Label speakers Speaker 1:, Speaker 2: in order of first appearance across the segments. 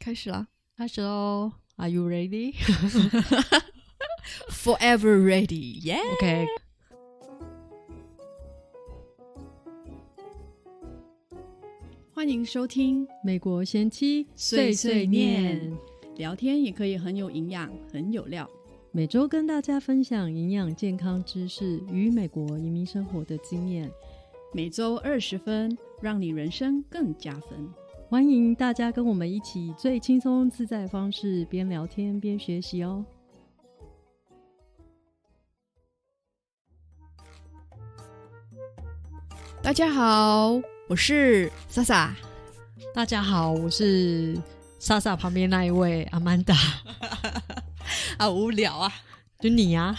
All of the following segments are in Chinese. Speaker 1: 开始了
Speaker 2: 开始喽，Are you ready?
Speaker 1: ，Forever Ready，耶、
Speaker 2: OK，
Speaker 1: 欢迎收听，
Speaker 2: 美国贤妻
Speaker 1: 碎碎念，聊天也可以很有营养，很有料。
Speaker 2: 每周跟大家分享营养健康知识与美国移民生活的经验，
Speaker 1: 每周二十分，让你人生更加分。
Speaker 2: 欢迎大家跟我们一起以最轻松自在的方式边聊天边学习哦。
Speaker 1: 大家好，我是莎莎。
Speaker 2: 大家好，我是莎莎旁边那一位阿曼 达，
Speaker 1: 啊，无聊啊，
Speaker 2: 就你 呀、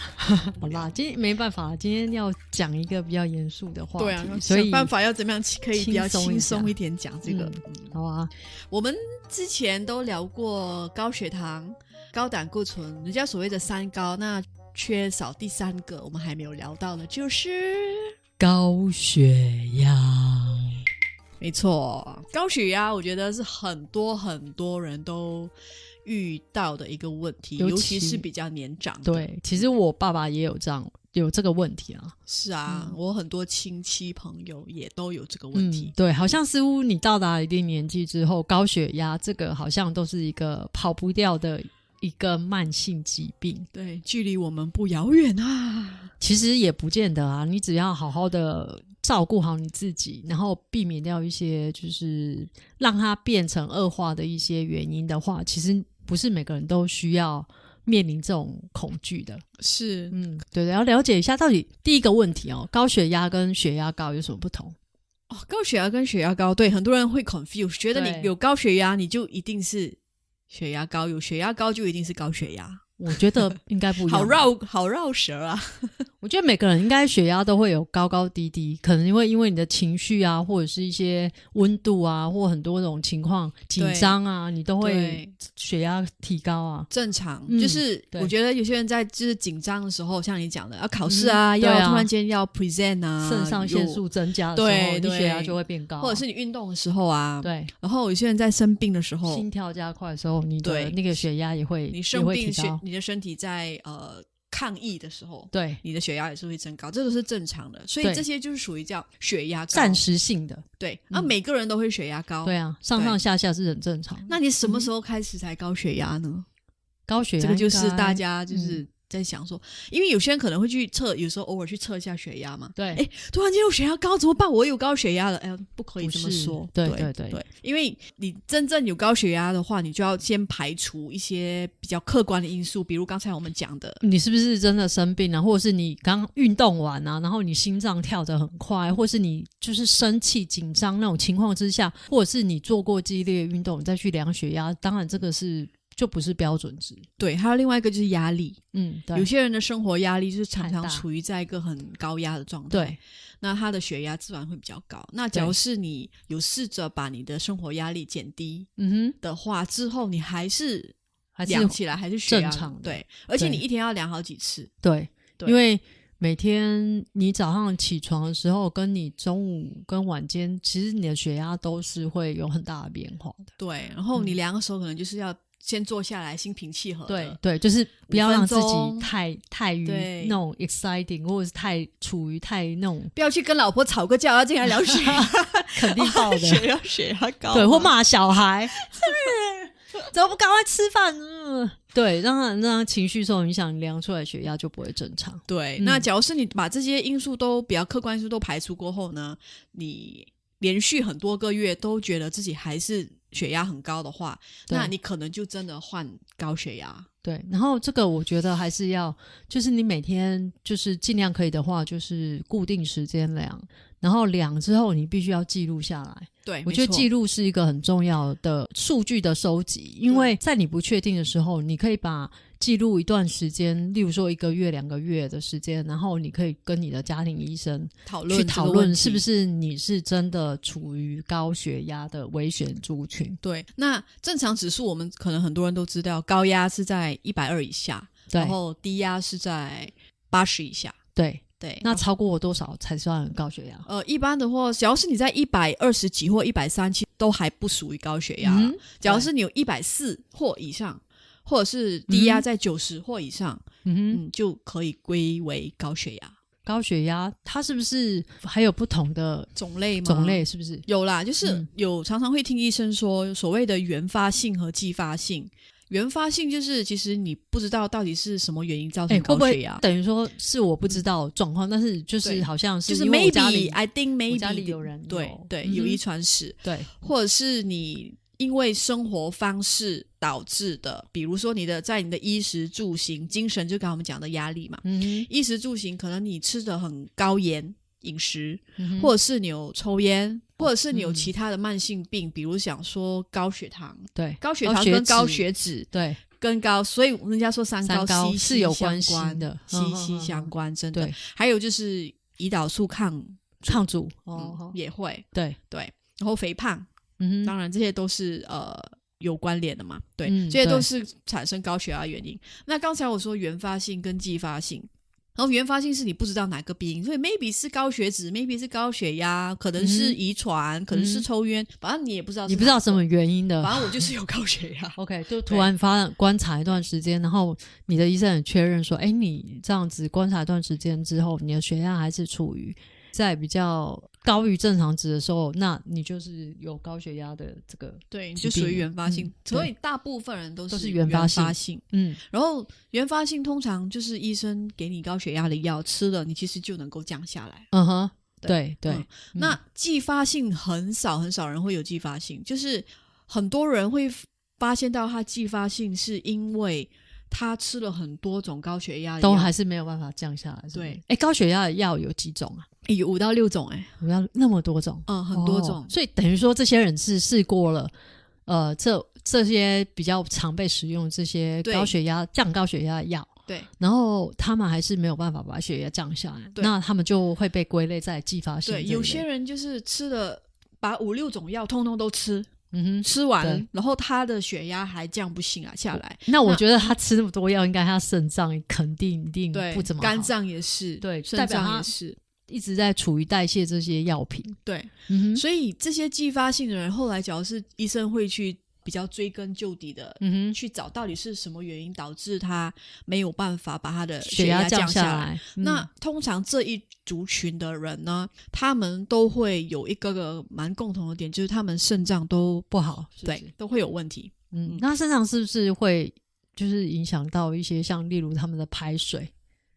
Speaker 2: 好啦，今天没办法，今天要讲一个比较严肃的话题，
Speaker 1: 对啊，
Speaker 2: 所以
Speaker 1: 想办法要怎么样可以比较
Speaker 2: 轻松一
Speaker 1: 轻
Speaker 2: 下
Speaker 1: 松一点讲这个。
Speaker 2: 嗯好啊，
Speaker 1: 我们之前都聊过高血糖、高胆固醇，人家所谓的三高，那缺少第三个我们还没有聊到的，就是
Speaker 2: 高血压。
Speaker 1: 没错，高血压，我觉得是很多很多人都遇到的一个问题，
Speaker 2: 尤
Speaker 1: 尤
Speaker 2: 其
Speaker 1: 其是比较年长的。，
Speaker 2: 对，其实我爸爸也有这样有这个问题啊，
Speaker 1: 是啊，我很多亲戚朋友也都有这个问
Speaker 2: 嗯
Speaker 1: 题。
Speaker 2: 对，好像似乎你到达一定年纪之后，高血压这个好像都是一个跑不掉的一个慢性疾病。
Speaker 1: 对，距离我们不遥远啊。
Speaker 2: 其实也不见得啊，你只要好好的照顾好你自己，然后避免掉一些就是让它变成恶化的一些原因的话，其实不是每个人都需要面临这种恐惧的。
Speaker 1: 是，
Speaker 2: 嗯，对的，要了解一下到底第一个问题哦，高血压跟血压高有什么不同？
Speaker 1: 哦，高血压跟血压高，对很多人会 confuse，觉得
Speaker 2: 对
Speaker 1: 你有高血压，你就一定是血压高；有血压高，就一定是高血压。
Speaker 2: 我觉得应该不一样。
Speaker 1: 好绕，好绕舌啊！
Speaker 2: 我觉得每个人应该血压都会有高高低低，可能会因为你的情绪啊，或者是一些温度啊，或很多种情况紧张啊，你都会
Speaker 1: 对
Speaker 2: 血压提高啊。
Speaker 1: 正常，
Speaker 2: 嗯
Speaker 1: 就是
Speaker 2: 对
Speaker 1: 我觉得有些人在就是紧张的时候，像你讲的，要考试啊，
Speaker 2: 嗯对
Speaker 1: 要
Speaker 2: 啊
Speaker 1: 突然间要 present 啊，
Speaker 2: 肾上腺素增加的时候，
Speaker 1: 对
Speaker 2: 你
Speaker 1: 对
Speaker 2: 血压就会变高啊、
Speaker 1: 有，或者是你运动的时候啊，
Speaker 2: 对
Speaker 1: 然后有些人在生病的时候
Speaker 2: 心，跳加快的时候，你的
Speaker 1: 哦对
Speaker 2: 那个血压也会
Speaker 1: 你
Speaker 2: 也
Speaker 1: 生
Speaker 2: 会
Speaker 1: 病，
Speaker 2: 提
Speaker 1: 血
Speaker 2: 高。
Speaker 1: 你的身体在呃抗议的时候，
Speaker 2: 对，
Speaker 1: 你的血压也是会增高，这都是正常的，所以
Speaker 2: 对
Speaker 1: 这些就是属于叫血压高。
Speaker 2: 暂时性的，
Speaker 1: 对，啊，每个人都会血压高。
Speaker 2: 对啊，上上下下是很正常。
Speaker 1: 那你什么时候开始才高血压呢？
Speaker 2: 高嗯血压嗯
Speaker 1: 这个就是
Speaker 2: 应该
Speaker 1: 大家就是在想说，因为有些人可能会去测，有时候偶尔去测一下血压嘛。
Speaker 2: 对，
Speaker 1: 哎突然间我血压高怎么办？我有高血压了，哎呀，不可以
Speaker 2: 不
Speaker 1: 这么
Speaker 2: 是
Speaker 1: 说。
Speaker 2: 对对
Speaker 1: 对
Speaker 2: 对
Speaker 1: 因为你真正有高血压的话，你就要先排除一些比较客观的因素，比如刚才我们讲的。
Speaker 2: 你是不是真的生病啊？或者是你刚运动完啊，然后你心脏跳得很快，或是你就是生气、紧张那种情况之下，或者是你做过激烈运动，你再去量血压，当然这个是就不是标准值。
Speaker 1: 对，还有另外一个就是压力，
Speaker 2: 嗯，
Speaker 1: 有
Speaker 2: 对
Speaker 1: 些人的生活压力就是常
Speaker 2: 太
Speaker 1: 常
Speaker 2: 大
Speaker 1: 处于在一个很高压的状态。
Speaker 2: 对，
Speaker 1: 那他的血压自然会比较高。那假如是你有试着把你的生活压力减低
Speaker 2: 嗯哼，
Speaker 1: 的话，之后你还是
Speaker 2: 还是
Speaker 1: 量起来还是血压
Speaker 2: 正常的
Speaker 1: 对，而且
Speaker 2: 对
Speaker 1: 你一天要量好几次，
Speaker 2: 对，
Speaker 1: 对
Speaker 2: 因为每天你早上起床的时候，跟你中午跟晚间，其实你的血压都是会有很大的变化的。
Speaker 1: 对，然后
Speaker 2: 嗯
Speaker 1: 你量的时候可能就是要先坐下来，心平气和的
Speaker 2: 对对，就是不要让自
Speaker 1: 五分
Speaker 2: 己
Speaker 1: 钟
Speaker 2: 太太于
Speaker 1: 对
Speaker 2: 那种 exciting，或者是太处于太那种
Speaker 1: 不要去跟老婆吵个架，要进来聊血压，
Speaker 2: 肯定爆的，
Speaker 1: 血压血压高，啊
Speaker 2: 对，或骂小 孩，怎么不赶快吃饭？嗯，对，让他让他情绪受影响，量出来血压就不会正常。
Speaker 1: 对，
Speaker 2: 嗯
Speaker 1: 那假如是你把这些因素都比较客观因素都排除过后呢，你连续很多个月都觉得自己还是血压很高的话，
Speaker 2: 对
Speaker 1: 那你可能就真的患高血压。
Speaker 2: 对，然后这个我觉得还是要，就是你每天就是尽量可以的话，就是固定时间量，然后量之后你必须要记录下来。
Speaker 1: 对，
Speaker 2: 我觉得记
Speaker 1: 录
Speaker 2: 录是一个很重要的数据的收集，因为在你不确定的时候，你可以把记录一段时间，例如说一个月、两个月的时间，然后你可以跟你的家庭医生
Speaker 1: 讨论
Speaker 2: 去
Speaker 1: 这个
Speaker 2: 讨
Speaker 1: 问
Speaker 2: 论
Speaker 1: 题
Speaker 2: 是不。是你是真的处于高血压的危险族群。
Speaker 1: 对，那正常指数我们可能很多人都知道，高压是在一百二以下，
Speaker 2: 对
Speaker 1: 然后低压是在八十以下。
Speaker 2: 对哦
Speaker 1: 对，
Speaker 2: 那超过多少才算高血压？
Speaker 1: 呃，一般的话，只要是你在一百二十几或一百三，其实都还不属于高血压。
Speaker 2: 嗯
Speaker 1: 只要是你有一百四或以上，或者是低压在九十或以上，
Speaker 2: 嗯哼，
Speaker 1: 嗯，就可以归为高血压
Speaker 2: 高血压它是不是还有不同的
Speaker 1: 种类吗？
Speaker 2: 种类？是不是？
Speaker 1: 有啦，就是
Speaker 2: 嗯
Speaker 1: 有常常会听医生说所谓的原发性和继发性。原发性就是其实你不知道到底是什么原因造
Speaker 2: 哎、
Speaker 1: 成
Speaker 2: 会
Speaker 1: 高
Speaker 2: 不
Speaker 1: 血
Speaker 2: 会
Speaker 1: 压，
Speaker 2: 等于说是我不知道状况，但是就是
Speaker 1: 对
Speaker 2: 好像是
Speaker 1: 就是
Speaker 2: 因为我
Speaker 1: maybe
Speaker 2: 家里
Speaker 1: I think
Speaker 2: 我家里
Speaker 1: maybe
Speaker 2: 有人
Speaker 1: 对
Speaker 2: 有
Speaker 1: 对
Speaker 2: 嗯哼
Speaker 1: 有遗传史，
Speaker 2: 对
Speaker 1: 或者是你因为生活方式导致的，比如说你的在你的衣食住行、精神，就刚刚我们讲的压力嘛，
Speaker 2: 嗯哼
Speaker 1: 衣食住行可能你吃的很高盐饮食，
Speaker 2: 嗯哼
Speaker 1: 或者是你有抽烟，或者是你有
Speaker 2: 嗯
Speaker 1: 其他的慢性病，比如想说高血糖。
Speaker 2: 对
Speaker 1: 高血
Speaker 2: 高
Speaker 1: 糖
Speaker 2: 血
Speaker 1: 跟
Speaker 2: 脂
Speaker 1: 高血脂
Speaker 2: 对
Speaker 1: 跟高，所以人家说三
Speaker 2: 三
Speaker 1: 高
Speaker 2: 高
Speaker 1: 息
Speaker 2: 是
Speaker 1: 息
Speaker 2: 有
Speaker 1: 相
Speaker 2: 关系的
Speaker 1: 息
Speaker 2: 嗯嗯
Speaker 1: 息
Speaker 2: 嗯
Speaker 1: 相
Speaker 2: 嗯
Speaker 1: 关，真的
Speaker 2: 对。
Speaker 1: 还有就是胰岛素抗，
Speaker 2: 抗阻
Speaker 1: 嗯
Speaker 2: 哦，哦
Speaker 1: 也会
Speaker 2: 对，
Speaker 1: 对，然后肥胖，
Speaker 2: 嗯哼，
Speaker 1: 当然这些都是呃有关联的嘛，对，
Speaker 2: 嗯
Speaker 1: 这些都
Speaker 2: 对
Speaker 1: 是产生高血压的原因。那刚才我说原发性跟继发性。然后原发性是你不知道哪个病，所以 maybe 是高血脂，maybe 是高血压，可能是
Speaker 2: 嗯
Speaker 1: 遗传，可能是
Speaker 2: 嗯
Speaker 1: 抽烟，反正你也不知道，
Speaker 2: 你不知道什么，原因的。
Speaker 1: 反正我就是有高血压
Speaker 2: OK，就 突然发观察一段时间，然后你的医生很确认说，哎，你这样子观察一段时间之后，你的血压还是处于在比较高于正常值的时候，那你就是有高血压的这个，
Speaker 1: 对，你
Speaker 2: 疾
Speaker 1: 就属于
Speaker 2: 病
Speaker 1: 原发性
Speaker 2: 嗯，
Speaker 1: 所以大部分人都
Speaker 2: 都
Speaker 1: 是
Speaker 2: 是原发性
Speaker 1: 性。
Speaker 2: 嗯，
Speaker 1: 然后原发性通常就是医生给你高血压的药吃了，你其实就能够降下来。
Speaker 2: 嗯哼，
Speaker 1: 对
Speaker 2: 对对，
Speaker 1: 嗯那继发性很少很少人会有继发性，就是很多人会发现到他继发性是因为他吃了很多种高血压的
Speaker 2: 都
Speaker 1: 药
Speaker 2: 还是没有办法降下来。是不是
Speaker 1: 对，
Speaker 2: 哎，高血压的药有几种啊？
Speaker 1: 诶有五到六种哎、诶
Speaker 2: 我要那么多种，
Speaker 1: 嗯，很多种。
Speaker 2: 哦所以等于说这些人是试过了，呃，这这些比较常被使用这些
Speaker 1: 对
Speaker 2: 高血压降高血压的药。
Speaker 1: 对
Speaker 2: 然后他们还是没有办法把血压降下来，
Speaker 1: 对
Speaker 2: 那他们就会被归类在继发性这
Speaker 1: 对，
Speaker 2: 一类。
Speaker 1: 有些人就是吃了把五六种药通通都吃，
Speaker 2: 嗯哼，
Speaker 1: 吃完
Speaker 2: 对
Speaker 1: 然后他的血压还降不下来下来，
Speaker 2: 那我
Speaker 1: 那
Speaker 2: 觉得他吃那么多药，应该他肾脏肯定一定
Speaker 1: 对
Speaker 2: 不怎，么好
Speaker 1: 肝脏也是，
Speaker 2: 对
Speaker 1: 肾
Speaker 2: 代表
Speaker 1: 脏
Speaker 2: 他
Speaker 1: 也是，
Speaker 2: 一直在处于代谢这些药品。
Speaker 1: 对。
Speaker 2: 嗯哼，
Speaker 1: 所以这些继发性的人，后来只要是医生会去比较追根究底的
Speaker 2: 嗯哼，
Speaker 1: 去找到底是什么原因导致他没有办法把他的
Speaker 2: 血
Speaker 1: 压
Speaker 2: 降
Speaker 1: 下
Speaker 2: 下。来，嗯
Speaker 1: 那通常这一族群的人呢，他们都会有一个个蛮共同的点，就是他们肾脏都
Speaker 2: 不好，是不是
Speaker 1: 对，都会有问题。嗯
Speaker 2: 嗯，那肾脏是不是会就是影响到一些像例如他们的排水？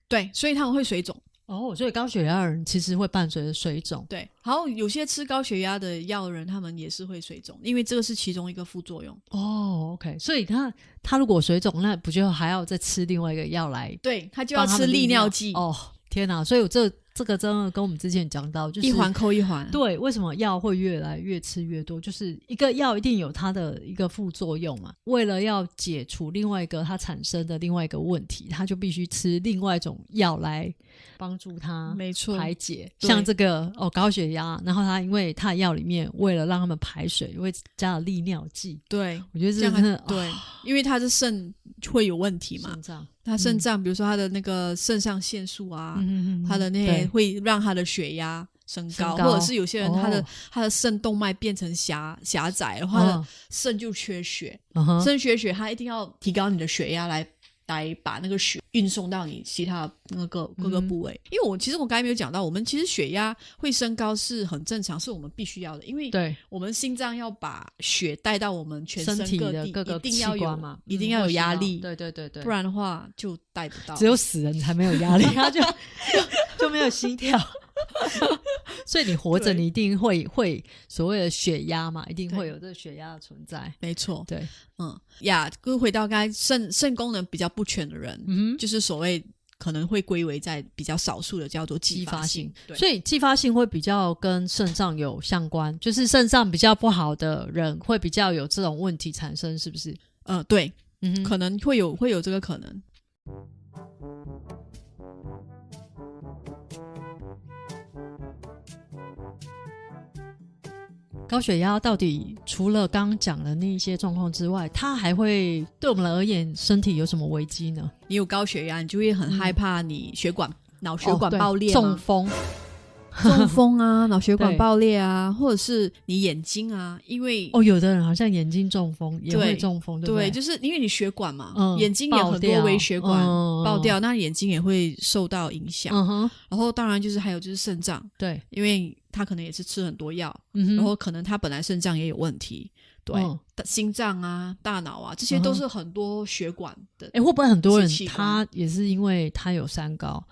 Speaker 1: 对，所以他们会水肿。
Speaker 2: 哦，所以高血压的人其实会伴随着水肿。
Speaker 1: 对，然后有些吃高血压的药的人，他们也是会水肿，因为这个是其中一个副作用。
Speaker 2: 哦，OK，所以他他如果水肿，那不就还要再吃另外一个药来
Speaker 1: 对他就要
Speaker 2: 帮他
Speaker 1: 吃
Speaker 2: 们
Speaker 1: 利
Speaker 2: 利
Speaker 1: 尿剂，
Speaker 2: 哦，天哪！所以我这这个真的跟我们之前讲到，就是
Speaker 1: 一环扣一环。
Speaker 2: 对，为什么药会越来越吃越多？就是一个药一定有它的一个副作用嘛。为了要解除另外一个它产生的另外一个问题，它就必须吃另外一种药来帮助它
Speaker 1: 没错，
Speaker 2: 啊排解。
Speaker 1: 对
Speaker 2: 像这个哦，高血压，然后它因为它的药里面为了让他们排水，会加了利尿剂。
Speaker 1: 对，
Speaker 2: 我觉得
Speaker 1: 这
Speaker 2: 这
Speaker 1: 样
Speaker 2: 个
Speaker 1: 他
Speaker 2: 真的啊
Speaker 1: 对，因为他是肾会有问题嘛
Speaker 2: 肾，脏，
Speaker 1: 他肾脏，比如说他的那个肾上腺素啊，
Speaker 2: 嗯
Speaker 1: 他的那些
Speaker 2: 对
Speaker 1: 会让他的血压升高，
Speaker 2: 升高
Speaker 1: 或者是有些人他的、
Speaker 2: 哦
Speaker 1: 他的肾动脉变成狭狭窄的话，他的
Speaker 2: 嗯
Speaker 1: 肾就缺血，
Speaker 2: 嗯哼
Speaker 1: 肾缺血，他一定要提高你的血压来。来把那个血运送到你其他那个各个
Speaker 2: 嗯
Speaker 1: 部位，因为我其实我刚才没有讲到，我们其实血压会升高是很正常，是我们必须要的，因为
Speaker 2: 对。
Speaker 1: 我们心脏要把血带到我们全身
Speaker 2: 身体
Speaker 1: 各
Speaker 2: 的
Speaker 1: 地，
Speaker 2: 各个
Speaker 1: 一定
Speaker 2: 器
Speaker 1: 要有
Speaker 2: 官嘛，
Speaker 1: 一
Speaker 2: 嗯
Speaker 1: 定要有
Speaker 2: 我知
Speaker 1: 压
Speaker 2: 道
Speaker 1: 力，
Speaker 2: 对对对对，
Speaker 1: 不然的话就带不到。
Speaker 2: 只有死人才没有压力， 他就就就没有心跳。 所以你活着，
Speaker 1: 对
Speaker 2: 你一定会会所谓的血压嘛，一定
Speaker 1: 对
Speaker 2: 会有这个血压的存在。
Speaker 1: 没错，
Speaker 2: 对，
Speaker 1: 嗯呀，就是回到刚才肾肾功能比较不全的人，
Speaker 2: 嗯，
Speaker 1: 就是所谓可能会归为在比较少数的叫做继
Speaker 2: 继
Speaker 1: 发
Speaker 2: 发性
Speaker 1: 性，，对
Speaker 2: 所以继发性会比较跟肾脏有相关，就是肾脏比较不好的人会比较有这种问题产生，是不是？
Speaker 1: 呃对，
Speaker 2: 嗯哼，
Speaker 1: 可能会有会有这个可能。
Speaker 2: 高血压到底除了刚刚讲的那一些状况之外，它还会对我们而言身体有什么危机呢？
Speaker 1: 你有高血压，你就会很害怕你血管脑血管爆
Speaker 2: 嗯
Speaker 1: 裂、
Speaker 2: 哦中风，
Speaker 1: 中风啊，脑血管
Speaker 2: 对
Speaker 1: 爆裂啊，或者是你眼睛啊，因为
Speaker 2: 哦，有的人好像眼睛中风也
Speaker 1: 对
Speaker 2: 会中风，对不
Speaker 1: 对，
Speaker 2: 对？
Speaker 1: 就是因为你血管嘛，
Speaker 2: 嗯
Speaker 1: 眼睛也
Speaker 2: 爆
Speaker 1: 很
Speaker 2: 掉
Speaker 1: 多微血管
Speaker 2: 嗯
Speaker 1: 爆掉，那眼睛也会受到影响。
Speaker 2: 嗯哼，
Speaker 1: 然后当然就是还有就是肾脏，
Speaker 2: 对，
Speaker 1: 因为他可能也是吃很多药，
Speaker 2: 嗯哼，
Speaker 1: 然后可能他本来肾脏也有问题，哦对，
Speaker 2: 嗯
Speaker 1: 大心脏啊、大脑啊，这些都是很多血管的。
Speaker 2: 哎、会不会很多人
Speaker 1: 是器官
Speaker 2: 他也是因为他有三高，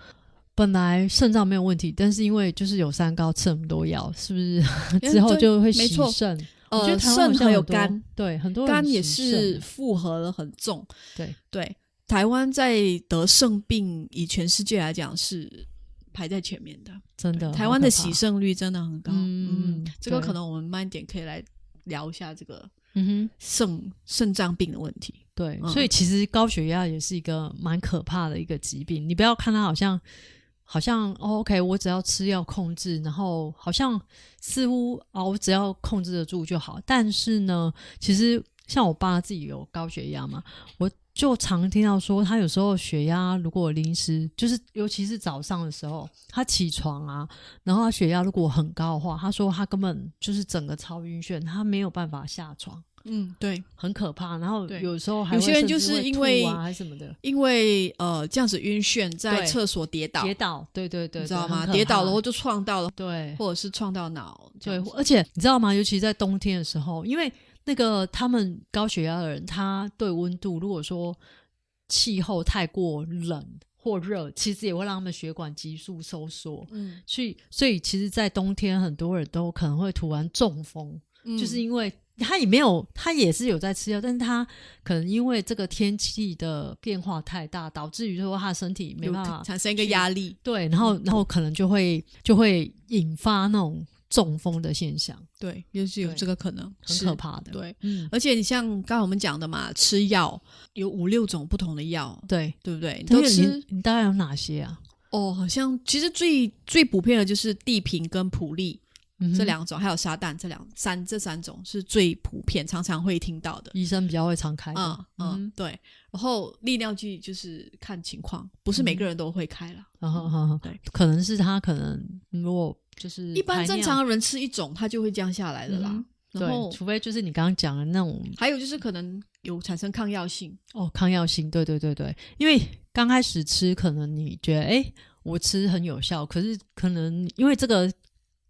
Speaker 2: 本来肾脏没有问题，但是因为就是有三高，吃很多药，是不是
Speaker 1: 哎
Speaker 2: 之后就会
Speaker 1: 对没
Speaker 2: 洗
Speaker 1: 错
Speaker 2: 肾？我
Speaker 1: 呃，
Speaker 2: 觉得台湾好
Speaker 1: 肾
Speaker 2: 像
Speaker 1: 还有
Speaker 2: 很多
Speaker 1: 肝，，
Speaker 2: 对，很多人
Speaker 1: 肝也
Speaker 2: 洗
Speaker 1: 是
Speaker 2: 肾
Speaker 1: 负荷了很重。
Speaker 2: 对
Speaker 1: 对，台湾在得肾病以全世界来讲是排在前面的。
Speaker 2: 真的
Speaker 1: 对
Speaker 2: 好
Speaker 1: 台湾的
Speaker 2: 可怕
Speaker 1: 洗，肾率真的很高。
Speaker 2: 嗯
Speaker 1: 嗯，这个
Speaker 2: 对
Speaker 1: 可能我们慢一点可以来聊一下这个
Speaker 2: 嗯哼，
Speaker 1: 肾肾脏病的问题。
Speaker 2: 对，
Speaker 1: 嗯
Speaker 2: 所以其实高血压也是一个蛮可怕的一个疾病。你不要看它好像好像、哦、OK，我只要吃药控制，然后好像似乎哦，我只要控制得住就好。但是呢，其实像我爸自己有高血压嘛，我就常听到说，他有时候血压如果临时就是，尤其是早上的时候，他起床啊，然后他血压如果很高的话，他说他根本就是整个超晕眩，他没有办法下床。
Speaker 1: 嗯，对，
Speaker 2: 很可怕。然后
Speaker 1: 对
Speaker 2: 有时候还
Speaker 1: 有
Speaker 2: 会
Speaker 1: 些人
Speaker 2: 甚
Speaker 1: 就
Speaker 2: 至
Speaker 1: 是
Speaker 2: 会
Speaker 1: 因
Speaker 2: 吐
Speaker 1: 为
Speaker 2: 啊还是什么的
Speaker 1: 因为呃这样子晕眩，在
Speaker 2: 对
Speaker 1: 厕所跌倒，
Speaker 2: 跌倒，对对对，
Speaker 1: 你知
Speaker 2: 对
Speaker 1: 道
Speaker 2: 很
Speaker 1: 吗？
Speaker 2: 可
Speaker 1: 跌倒
Speaker 2: 怕
Speaker 1: 了后就撞到了，
Speaker 2: 对
Speaker 1: 或者是撞到脑。这
Speaker 2: 对
Speaker 1: 样子，
Speaker 2: 而且你知道吗？尤其在冬天的时候，因为那个他们高血压的人，他对温度如果说气候太过冷或热，其实也会让他们血管急速收缩。
Speaker 1: 嗯，
Speaker 2: 所以，所以其实，在冬天，很多人都可能会突然中风，
Speaker 1: 嗯
Speaker 2: 就是因为他也没有，他也是有在吃药，但是他可能因为这个天气的变化太大，导致于说他的身体没
Speaker 1: 有嗯
Speaker 2: 办法
Speaker 1: 产生一个压力。
Speaker 2: 对，然后然后可能就会就会引发那种中风的现象，
Speaker 1: 对，就是有
Speaker 2: 对
Speaker 1: 这个可能，
Speaker 2: 很
Speaker 1: 是
Speaker 2: 可。怕的。，
Speaker 1: 对，
Speaker 2: 嗯，
Speaker 1: 而且你像刚才我们讲的嘛，吃药有五六种不同的药，
Speaker 2: 对。
Speaker 1: 对不对？你
Speaker 2: 但
Speaker 1: 都
Speaker 2: 是
Speaker 1: 吃
Speaker 2: 你你大概有哪些啊？
Speaker 1: 哦，好像其实最最普遍的就是地平跟普利
Speaker 2: 嗯哼
Speaker 1: 这两种，还有沙旦这两三这三种是最普遍，常常会听到的。
Speaker 2: 医生比较会常开的。
Speaker 1: 嗯嗯，
Speaker 2: 嗯
Speaker 1: 对。然后利尿剂就是看情况，不是每
Speaker 2: 嗯
Speaker 1: 个人都会开啦。
Speaker 2: 然后，然后
Speaker 1: 对，
Speaker 2: 嗯可能是他可能如果就是
Speaker 1: 一般
Speaker 2: 排
Speaker 1: 正
Speaker 2: 尿
Speaker 1: 常的人吃一种，他就会降下来的啦。
Speaker 2: 嗯
Speaker 1: 然后
Speaker 2: 对，除非就是你刚刚讲的那种
Speaker 1: 还有就是可能有产生抗药性，
Speaker 2: 哦，抗药性，对对对对，因为刚开始吃，可能你觉得诶，我吃很有效，可是可能因为这个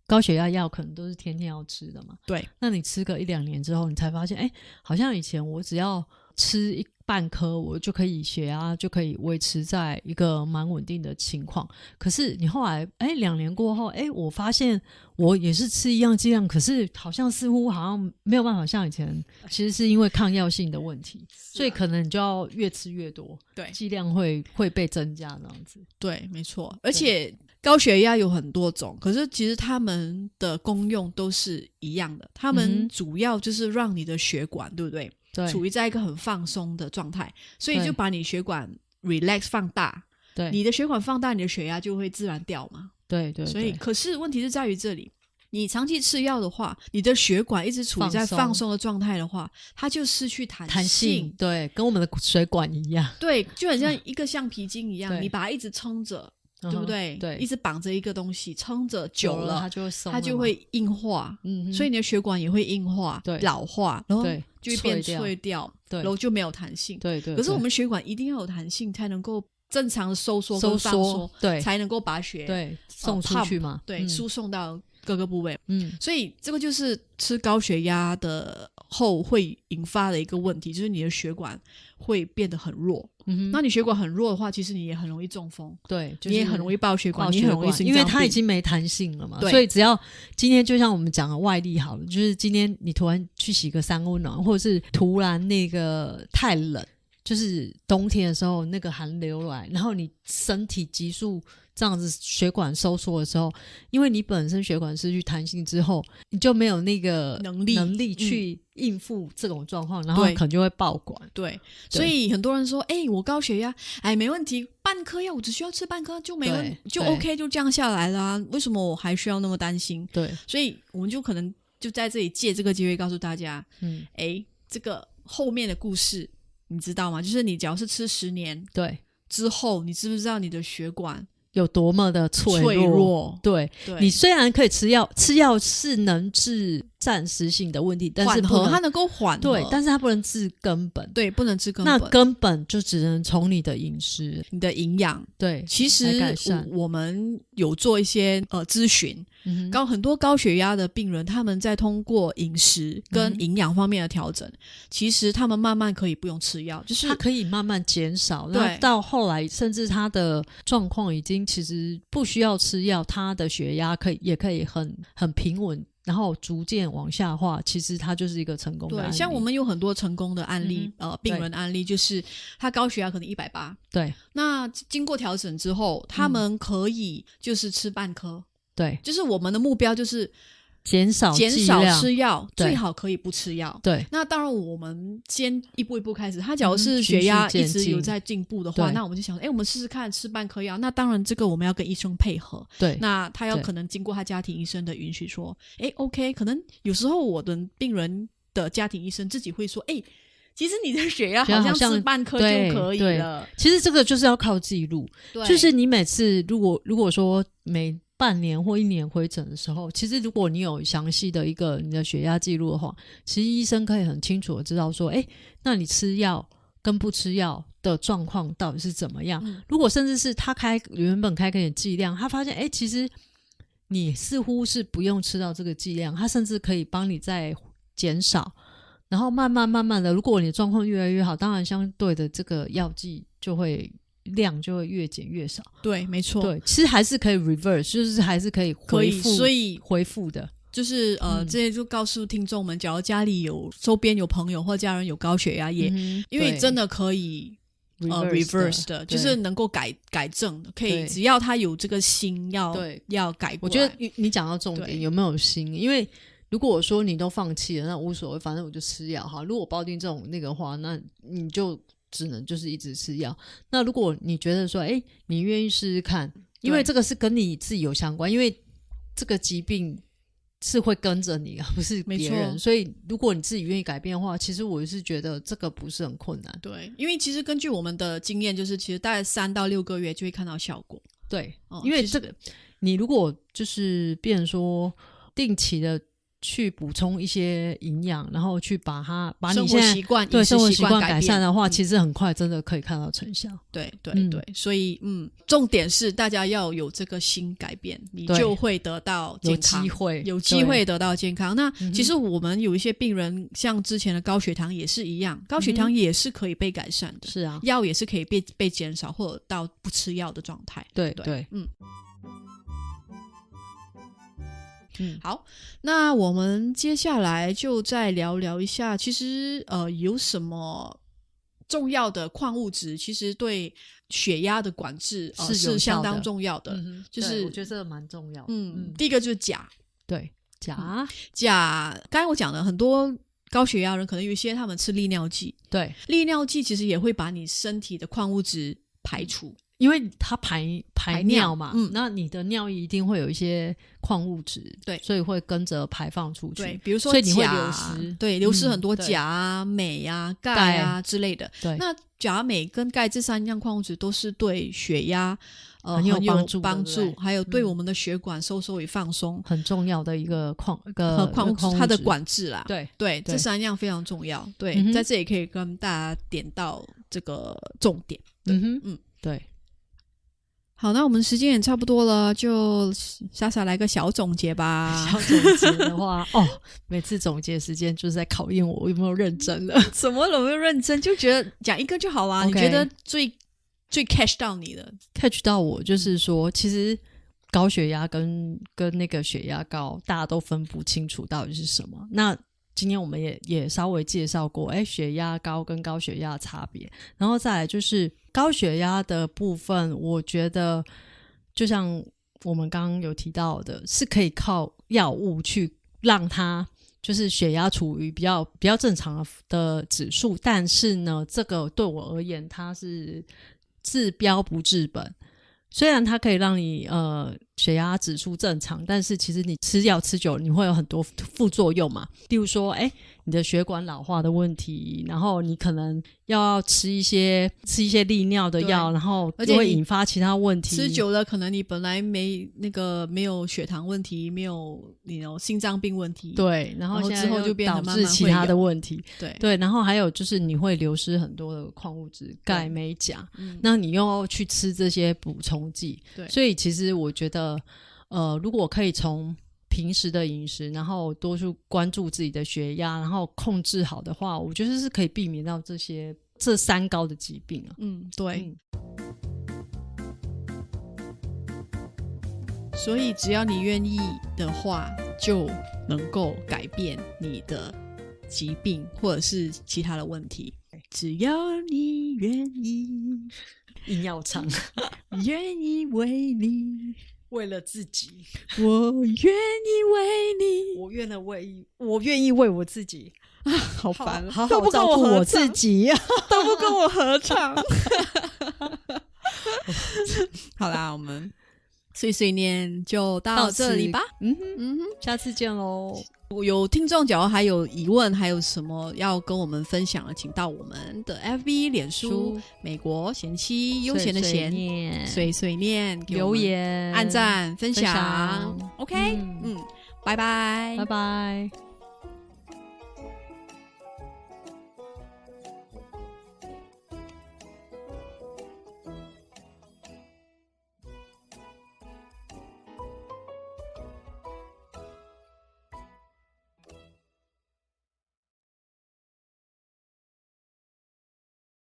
Speaker 2: 高血压药可能都是天天要吃的嘛，
Speaker 1: 对，
Speaker 2: 那你吃个一两年之后，你才发现，诶，好像以前我只要吃一半颗，我就可以血压就可以维持在一个蛮稳定的情况。可是你后来，诶，两年过后，诶，我发现我也是吃一样剂量，可是好像似乎好像没有办法像以前，其实是因为抗药性的问题。所以可能你就要越吃越多，
Speaker 1: 啊对
Speaker 2: 剂量会会被增加这样子。
Speaker 1: 对，没错。而且高血压有很多种，可是其实它们的功用都是一样的，它
Speaker 2: 嗯
Speaker 1: 们
Speaker 2: 哼
Speaker 1: 主要就是让你的血管，对不对，
Speaker 2: 对
Speaker 1: 处于在一个很放松的状态，所以
Speaker 2: 对
Speaker 1: 就把你血管 relax 放大，
Speaker 2: 对，
Speaker 1: 你的血管放大，你的血压就会自然掉嘛。
Speaker 2: 对对，
Speaker 1: 所以，
Speaker 2: 对
Speaker 1: 可是问题是在于这里。你长期吃药的话，你的血管一直处于在
Speaker 2: 放松
Speaker 1: 放松的状态的话，它就失去弹
Speaker 2: 弹性对，跟我们的水管一样，
Speaker 1: 对，就很像一个橡皮筋一样，
Speaker 2: 对
Speaker 1: 你把它一直撑着，
Speaker 2: 对
Speaker 1: 对不对？
Speaker 2: 对，
Speaker 1: 一直绑着一个东西，撑着久
Speaker 2: 嗯了它
Speaker 1: 了，
Speaker 2: 就会松了嘛，
Speaker 1: 它就会硬化，
Speaker 2: 嗯哼，
Speaker 1: 所以你的血管也会硬化、
Speaker 2: 对
Speaker 1: 老化，然后
Speaker 2: 对
Speaker 1: 就会变
Speaker 2: 脆掉
Speaker 1: 脆掉，
Speaker 2: 对
Speaker 1: 然后就没有弹性。
Speaker 2: 对对。
Speaker 1: 可是
Speaker 2: 对
Speaker 1: 我们血管一定要有弹性，才能够正常的收缩
Speaker 2: 收
Speaker 1: 跟放
Speaker 2: 缩
Speaker 1: 缩，，
Speaker 2: 对
Speaker 1: 才能够把血
Speaker 2: 对送出
Speaker 1: pump，
Speaker 2: 去嘛，
Speaker 1: 对
Speaker 2: 嗯
Speaker 1: 输送到各个部位。
Speaker 2: 嗯
Speaker 1: 所以这个就是吃高血压的后会引发的一个问题，就是你的血管会变得很弱。
Speaker 2: 嗯哼，
Speaker 1: 那你血管很弱的话，其实你也很容易中风，
Speaker 2: 对，就
Speaker 1: 你也
Speaker 2: 是
Speaker 1: 很容易爆血管，
Speaker 2: 爆
Speaker 1: 你也
Speaker 2: 血
Speaker 1: 很容易
Speaker 2: 管
Speaker 1: 心
Speaker 2: 哦因为
Speaker 1: 脏
Speaker 2: 它已
Speaker 1: 病
Speaker 2: 经没弹性了嘛，
Speaker 1: 对
Speaker 2: 所以只要今天就像我们讲的外力好了，就是今天你突然去洗个三温暖，或者是突然那个太冷，就是冬天的时候那个寒流来，然后你身体急速这样子血管收缩的时候，因为你本身血管失去弹性之后，你就没有那个
Speaker 1: 能力嗯
Speaker 2: 能力去应付这种状况，然后
Speaker 1: 对
Speaker 2: 可能就会爆管。
Speaker 1: 对，所以很多人说，哎、我高血压，哎，没问题，半颗药我只需要吃半颗就没问
Speaker 2: 对
Speaker 1: 就
Speaker 2: 对
Speaker 1: OK 就降下来啦、为什么我还需要那么担心？
Speaker 2: 对，
Speaker 1: 所以我们就可能就在这里借这个机会告诉大家，
Speaker 2: 嗯，
Speaker 1: 哎，这个后面的故事你知道吗？就是你只要是吃十年
Speaker 2: 对，
Speaker 1: 之后，你知不知道你的血管
Speaker 2: 有多么的脆
Speaker 1: 脆弱
Speaker 2: 对
Speaker 1: 对，
Speaker 2: 你虽然可以吃药，吃药是能治暂时性的问题，但是
Speaker 1: 缓
Speaker 2: 不
Speaker 1: 和它
Speaker 2: 能
Speaker 1: 能够缓和，
Speaker 2: 对，但是它不能治根本。
Speaker 1: 对不能吃根
Speaker 2: 那
Speaker 1: 本，
Speaker 2: 根本就只能从你的饮食
Speaker 1: 你的营养。
Speaker 2: 对，
Speaker 1: 其
Speaker 2: 来
Speaker 1: 实
Speaker 2: 改善
Speaker 1: 我我们有做一些呃咨询，
Speaker 2: 嗯哼
Speaker 1: 高很多高血压的病人，他们在通过饮食跟
Speaker 2: 嗯
Speaker 1: 营养方面的调整，其实他们慢慢可以不用吃药，就是
Speaker 2: 它可以慢慢减少，
Speaker 1: 对
Speaker 2: 那到后来甚至他的状况已经其实不需要吃药，他的血压可以也可以很很平稳，然后逐渐往下滑，其实它就是一个成功的
Speaker 1: 对，
Speaker 2: 案
Speaker 1: 像
Speaker 2: 例
Speaker 1: 我们有很多成功的案例，
Speaker 2: 嗯
Speaker 1: 呃，病人案例就是他高血压可能一百八，
Speaker 2: 对
Speaker 1: 那经过调整之
Speaker 2: 嗯
Speaker 1: 后，他们可以就是吃半颗，
Speaker 2: 对
Speaker 1: 就是我们的目标就是
Speaker 2: 减少
Speaker 1: 减
Speaker 2: 剂
Speaker 1: 少
Speaker 2: 量
Speaker 1: 吃药，
Speaker 2: 对
Speaker 1: 最好可以不吃药。
Speaker 2: 对
Speaker 1: 那当然，我们先一步一步开始。他假如
Speaker 2: 嗯
Speaker 1: 是
Speaker 2: 循
Speaker 1: 血
Speaker 2: 序
Speaker 1: 压一
Speaker 2: 渐
Speaker 1: 直有
Speaker 2: 进
Speaker 1: 在进步的话，
Speaker 2: 对
Speaker 1: 那我们就想，哎，我们试试看吃半颗药。那当然，这个我们要跟医生配合。
Speaker 2: 对
Speaker 1: 那他要
Speaker 2: 对
Speaker 1: 可能经过他家庭医生的允许，说，哎，OK，可能有时候我的病人的家庭医生自己会说，哎，其实你的血压
Speaker 2: 血压
Speaker 1: 好
Speaker 2: 好
Speaker 1: 像
Speaker 2: 像
Speaker 1: 吃半颗
Speaker 2: 对
Speaker 1: 就可以
Speaker 2: 对
Speaker 1: 了，
Speaker 2: 其实这个就是要靠记录，
Speaker 1: 对
Speaker 2: 就是你每次如果如果说每半年或一年回诊的时候，其实如果你有详细的一个你的血压记录的话，其实医生可以很清楚的知道说，哎，那你吃药跟不吃药的状况到底是怎么样。
Speaker 1: 嗯
Speaker 2: 如果甚至是他开原本开给你剂量，他发现哎，其实你似乎是不用吃到这个剂量，他甚至可以帮你再减少。然后慢慢慢慢的，如果你的状况越来越好，当然相对的这个药剂就会量就会越减越少。
Speaker 1: 对，没错，
Speaker 2: 对，其实还是可以 reverse，就是还是可以
Speaker 1: 哦可
Speaker 2: 回
Speaker 1: 以。
Speaker 2: 复，
Speaker 1: 所以
Speaker 2: 回复的。
Speaker 1: 就是呃，
Speaker 2: 嗯
Speaker 1: 这些就告诉听众们，假如家里有周边有朋友或家人有高血压，也、
Speaker 2: 嗯哼
Speaker 1: 因为
Speaker 2: 对
Speaker 1: 真的可以呃 reverse 的，
Speaker 2: 对
Speaker 1: 就是能够改改正的，可以
Speaker 2: 对
Speaker 1: 只要他有这个心要
Speaker 2: 对
Speaker 1: 要改过
Speaker 2: 我
Speaker 1: 来，
Speaker 2: 觉得你你讲到重
Speaker 1: 对
Speaker 2: 点，有没有心？因为如果我说你都放弃了，那无所谓，反正我就吃药哈。如果我抱定这种那个的话，那你就只能就是一直吃药。那如果你觉得说，哎、你愿意试试看，因为
Speaker 1: 对
Speaker 2: 这个是跟你自己有相关，因为这个疾病。是会跟着你，而啊不是
Speaker 1: 没
Speaker 2: 别
Speaker 1: 错
Speaker 2: 人。所以，如果你自己愿意改变的话，其实我是觉得这个不是很困难。
Speaker 1: 对，因为其实根据我们的经验，就是其实大概三到六个月就会看到效果。
Speaker 2: 对，
Speaker 1: 哦
Speaker 2: 因为
Speaker 1: 其实
Speaker 2: 这个你如果就是变成说定期的去补充一些营养，然后去把它把
Speaker 1: 生
Speaker 2: 你
Speaker 1: 活
Speaker 2: 现
Speaker 1: 习
Speaker 2: 在
Speaker 1: 惯、
Speaker 2: 对
Speaker 1: 饮食
Speaker 2: 生活
Speaker 1: 习
Speaker 2: 习惯
Speaker 1: 改
Speaker 2: 改
Speaker 1: 变
Speaker 2: 善的话，
Speaker 1: 嗯
Speaker 2: 其实很快真的可以看到成效。
Speaker 1: 对对
Speaker 2: 嗯
Speaker 1: 对，所以嗯，重点是大家要有这个心改变，你
Speaker 2: 对
Speaker 1: 就会得到
Speaker 2: 有
Speaker 1: 健康
Speaker 2: 机。会，
Speaker 1: 有机
Speaker 2: 对
Speaker 1: 会得到健康。那
Speaker 2: 嗯哼
Speaker 1: 其实我们有一些病人，像之前的高血糖也是一样，高血糖也是可以被改善的，
Speaker 2: 是啊，
Speaker 1: 药也是可以被被减少或者到不吃药的状态。
Speaker 2: 对
Speaker 1: 对
Speaker 2: 对，
Speaker 1: 嗯
Speaker 2: 嗯，
Speaker 1: 好，那我们接下来就再聊聊一下，其实呃有什么重要的矿物质，其实对血压的管制、呃、
Speaker 2: 是有效
Speaker 1: 是
Speaker 2: 的
Speaker 1: 相当重要的。
Speaker 2: 嗯哼
Speaker 1: 就
Speaker 2: 对
Speaker 1: 是
Speaker 2: 我觉得这个蛮重要的。
Speaker 1: 嗯
Speaker 2: 嗯，，
Speaker 1: 第一个就是钾，
Speaker 2: 对，
Speaker 1: 嗯
Speaker 2: 钾，
Speaker 1: 钾刚才我讲了很多高血压人，可能有一些他们吃利尿剂，
Speaker 2: 对，
Speaker 1: 利尿剂其实也会把你身体的矿物质
Speaker 2: 嗯
Speaker 1: 排除，
Speaker 2: 因为它排
Speaker 1: 排
Speaker 2: 排
Speaker 1: 尿
Speaker 2: 尿嘛，
Speaker 1: 嗯
Speaker 2: 那你的尿液一定会有一些矿物质，
Speaker 1: 对
Speaker 2: 所以会跟着排放出去。
Speaker 1: 对，比如说
Speaker 2: 所以你会
Speaker 1: 钾
Speaker 2: 流失
Speaker 1: 对，流失
Speaker 2: 嗯
Speaker 1: 很多
Speaker 2: 对
Speaker 1: 钾啊、镁啊、钙
Speaker 2: 钙
Speaker 1: 啊之类的。
Speaker 2: 对
Speaker 1: 那钾、镁跟钙这三样矿物质都是对血压呃
Speaker 2: 很有帮助的
Speaker 1: 帮
Speaker 2: 对
Speaker 1: 助
Speaker 2: 不，对
Speaker 1: 还有对
Speaker 2: 嗯
Speaker 1: 我们的血管收缩与放松
Speaker 2: 很重要的一个呃矿一个
Speaker 1: 和矿物质
Speaker 2: 质
Speaker 1: 它的管制啦。
Speaker 2: 对
Speaker 1: 对，
Speaker 2: 对
Speaker 1: 这三样非常重要。对，
Speaker 2: 嗯哼
Speaker 1: 在这里可以跟大家点到这个重点。对
Speaker 2: 嗯哼
Speaker 1: 嗯
Speaker 2: 嗯 对
Speaker 1: 好，那我们时间也差不多了，就莎莎来个小总结 吧。
Speaker 2: 要总结的 话哦，每次总结时间就是在考验我有没有认真了。
Speaker 1: 怎么有没有认真？就觉得讲一个就好啦。你
Speaker 2: OK
Speaker 1: 觉得最最 catch 到你的
Speaker 2: catch 到我就是说，其实高血压跟跟那个血压高，大家都分不清楚到底是什么。那今天我们也也稍微介绍过，哎，血压高跟高血压的差别，然后再来就是高血压的部分，我觉得就像我们刚刚有提到的，是可以靠药物去让它就是血压处于比较比较正常的指数，但是呢，这个对我而言，它是治标不治本。虽然它可以让你呃血压指数正常，但是其实你吃药吃久了，你会有很多副副作用嘛。例如说，哎，你的血管老化的问题，然后你可能要吃一些吃一些利尿的药，
Speaker 1: 对
Speaker 2: 然后
Speaker 1: 而且
Speaker 2: 就会
Speaker 1: 你
Speaker 2: 引发其他问题。
Speaker 1: 吃久了，可能你本来没那个没有血糖问题，没有你有心脏病问题，
Speaker 2: 对，然后
Speaker 1: 然后
Speaker 2: 现在
Speaker 1: 之后
Speaker 2: 又
Speaker 1: 就变得
Speaker 2: 导
Speaker 1: 慢
Speaker 2: 致
Speaker 1: 慢
Speaker 2: 其
Speaker 1: 会
Speaker 2: 他的
Speaker 1: 有
Speaker 2: 问题。
Speaker 1: 对
Speaker 2: 对，然后还有就是你会流失很多的矿物质，钙、镁、钾，那你又要去吃这些补充剂，
Speaker 1: 对
Speaker 2: 所以其实我觉得，呃，如果可以从平时的饮食，然后多去关注自己的血压，然后控制好的话，我觉得是可以避免到这些这三高的疾病啊。
Speaker 1: 嗯，对。
Speaker 2: 嗯
Speaker 1: 所以只要你愿意的话，就能够改变你的疾病或者是其他的问题。只要你愿意，
Speaker 2: 硬要唱，
Speaker 1: 愿意为你，
Speaker 2: 为了自己，
Speaker 1: 我愿意为你。
Speaker 2: 我愿了为，我愿意为我自己，
Speaker 1: 好烦啊，
Speaker 2: 好
Speaker 1: 都
Speaker 2: 好
Speaker 1: 不跟
Speaker 2: 照顾
Speaker 1: 合
Speaker 2: 我
Speaker 1: 唱
Speaker 2: 自，己啊呀、
Speaker 1: 都不跟我合唱。 好啦，我们碎碎念就到
Speaker 2: 到
Speaker 1: 这里
Speaker 2: 此
Speaker 1: 吧。
Speaker 2: 嗯哼，
Speaker 1: 嗯哼。
Speaker 2: 下次见喽。
Speaker 1: 有听众假如还有疑问，还有什么要跟我们分享的，请到我们的 FB、脸书
Speaker 2: 书、
Speaker 1: 美国贤妻悠闲的
Speaker 2: 碎碎
Speaker 1: 闲
Speaker 2: 念
Speaker 1: 碎碎念给
Speaker 2: 留
Speaker 1: 我们
Speaker 2: 言、
Speaker 1: 按、赞、分
Speaker 2: 分享
Speaker 1: 享。OK，
Speaker 2: 嗯
Speaker 1: 嗯，拜拜，
Speaker 2: 拜拜。